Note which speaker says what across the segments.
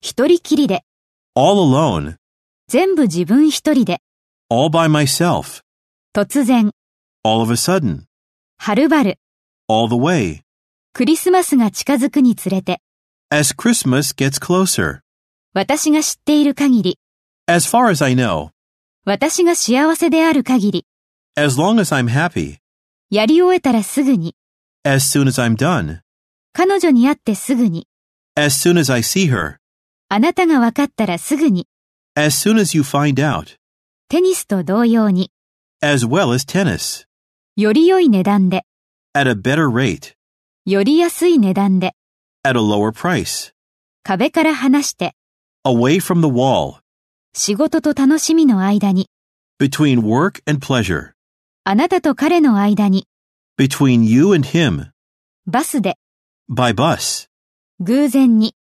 Speaker 1: 一人きりで、
Speaker 2: all alone,
Speaker 1: 全部自分一人で、
Speaker 2: all by myself,
Speaker 1: 突然、
Speaker 2: all of a sudden,
Speaker 1: はるばる、
Speaker 2: all the way,
Speaker 1: クリスマスが近づくにつれて、
Speaker 2: as Christmas gets closer.
Speaker 1: 私が知っている限り、
Speaker 2: As far as I know,
Speaker 1: 私が幸せである限り、
Speaker 2: as long as I'm happy,
Speaker 1: やり終えたらすぐに、
Speaker 2: as soon as I'm done,
Speaker 1: 彼女に会ってすぐに、
Speaker 2: as soon as I see her,
Speaker 1: あなたが分かったらすぐに、
Speaker 2: as soon as you find out,
Speaker 1: テニスと同様に、
Speaker 2: as well as tennis,
Speaker 1: より良い値段で、
Speaker 2: at a better rate,
Speaker 1: より安い値段で、
Speaker 2: at a lower price,
Speaker 1: 壁から離して、
Speaker 2: away from the wall,
Speaker 1: 仕事と楽しみの間に、
Speaker 2: between work and pleasure,
Speaker 1: あなたと彼の間に、
Speaker 2: between you and him,
Speaker 1: バスで、
Speaker 2: by bus,
Speaker 1: 偶然に、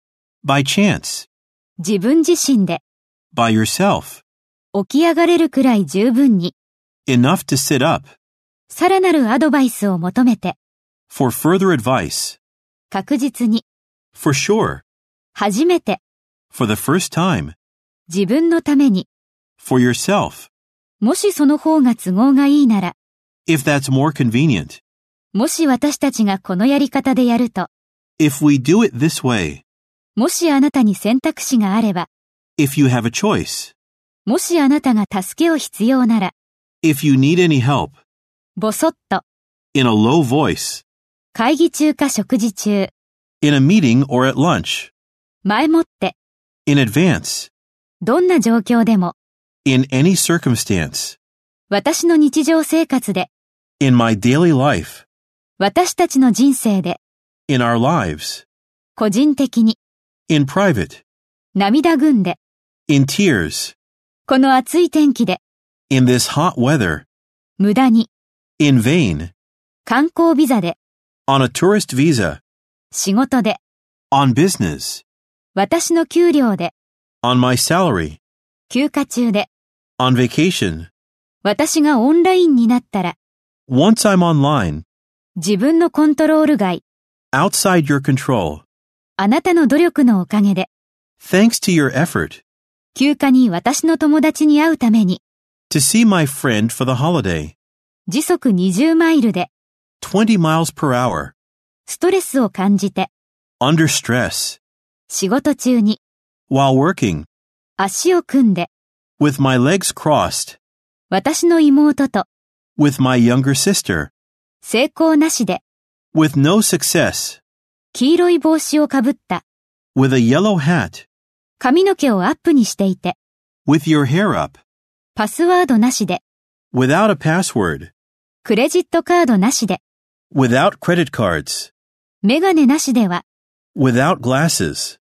Speaker 2: by chance,
Speaker 1: 自分自身で、
Speaker 2: by yourself,
Speaker 1: 起き上がれるくらい十分に、
Speaker 2: enough to sit up,
Speaker 1: さらなるアドバイスを求めて、
Speaker 2: for further advice,
Speaker 1: 確実に、
Speaker 2: for sure,
Speaker 1: 初めて、
Speaker 2: for the first time,
Speaker 1: 自分のために、
Speaker 2: for yourself,
Speaker 1: もしその方が都合がいいなら、
Speaker 2: if that's more convenient,
Speaker 1: もし私たちがこのやり方でやると、
Speaker 2: if we do it this way,
Speaker 1: もしあなたに選択肢があれば、
Speaker 2: if you have a choice,
Speaker 1: もしあなたが助けを必要なら、
Speaker 2: if you need any help,
Speaker 1: ぼそっと、
Speaker 2: in a low voice,
Speaker 1: 会議中か食事中、
Speaker 2: in a meeting or at lunch,
Speaker 1: 前もって、
Speaker 2: in advance,
Speaker 1: どんな状況でも、
Speaker 2: in any circumstance,
Speaker 1: 私の日常生活で、
Speaker 2: in my daily life,
Speaker 1: 私たちの人生で、
Speaker 2: in our lives,
Speaker 1: 個人的に、
Speaker 2: in private,
Speaker 1: 涙ぐんで、
Speaker 2: in tears,
Speaker 1: この暑い天気で、
Speaker 2: in this hot weather,
Speaker 1: 無駄に、
Speaker 2: in vain,
Speaker 1: 観光ビザで、
Speaker 2: on a tourist visa,
Speaker 1: 仕事で、
Speaker 2: on business,
Speaker 1: 私の給料で、
Speaker 2: on my salary,
Speaker 1: 休暇中で、
Speaker 2: on vacation.
Speaker 1: 私がオンラインになったら、
Speaker 2: Once I'm online,
Speaker 1: 自分のコントロール外、
Speaker 2: outside your control,
Speaker 1: あなたの努力のおかげで、
Speaker 2: thanks to your effort,
Speaker 1: 休暇に私の友達に会うために、
Speaker 2: to see my friend for the holiday,
Speaker 1: 時速20マイルで、
Speaker 2: 20 miles per hour,
Speaker 1: ストレスを感じて、
Speaker 2: under stress,
Speaker 1: 仕事中に、
Speaker 2: while working,
Speaker 1: 足を組んで、
Speaker 2: with my legs crossed,
Speaker 1: 私の妹と、
Speaker 2: with my younger sister,
Speaker 1: 成功なしで、
Speaker 2: with no success,
Speaker 1: 黄色い帽子をかぶった、
Speaker 2: with a yellow hat,
Speaker 1: 髪の毛をアップにしていて、
Speaker 2: with your hair up,
Speaker 1: パスワードなしで、
Speaker 2: without a password,
Speaker 1: クレジットカードなしで、
Speaker 2: without credit cards,
Speaker 1: メガネなしでは、
Speaker 2: without glasses,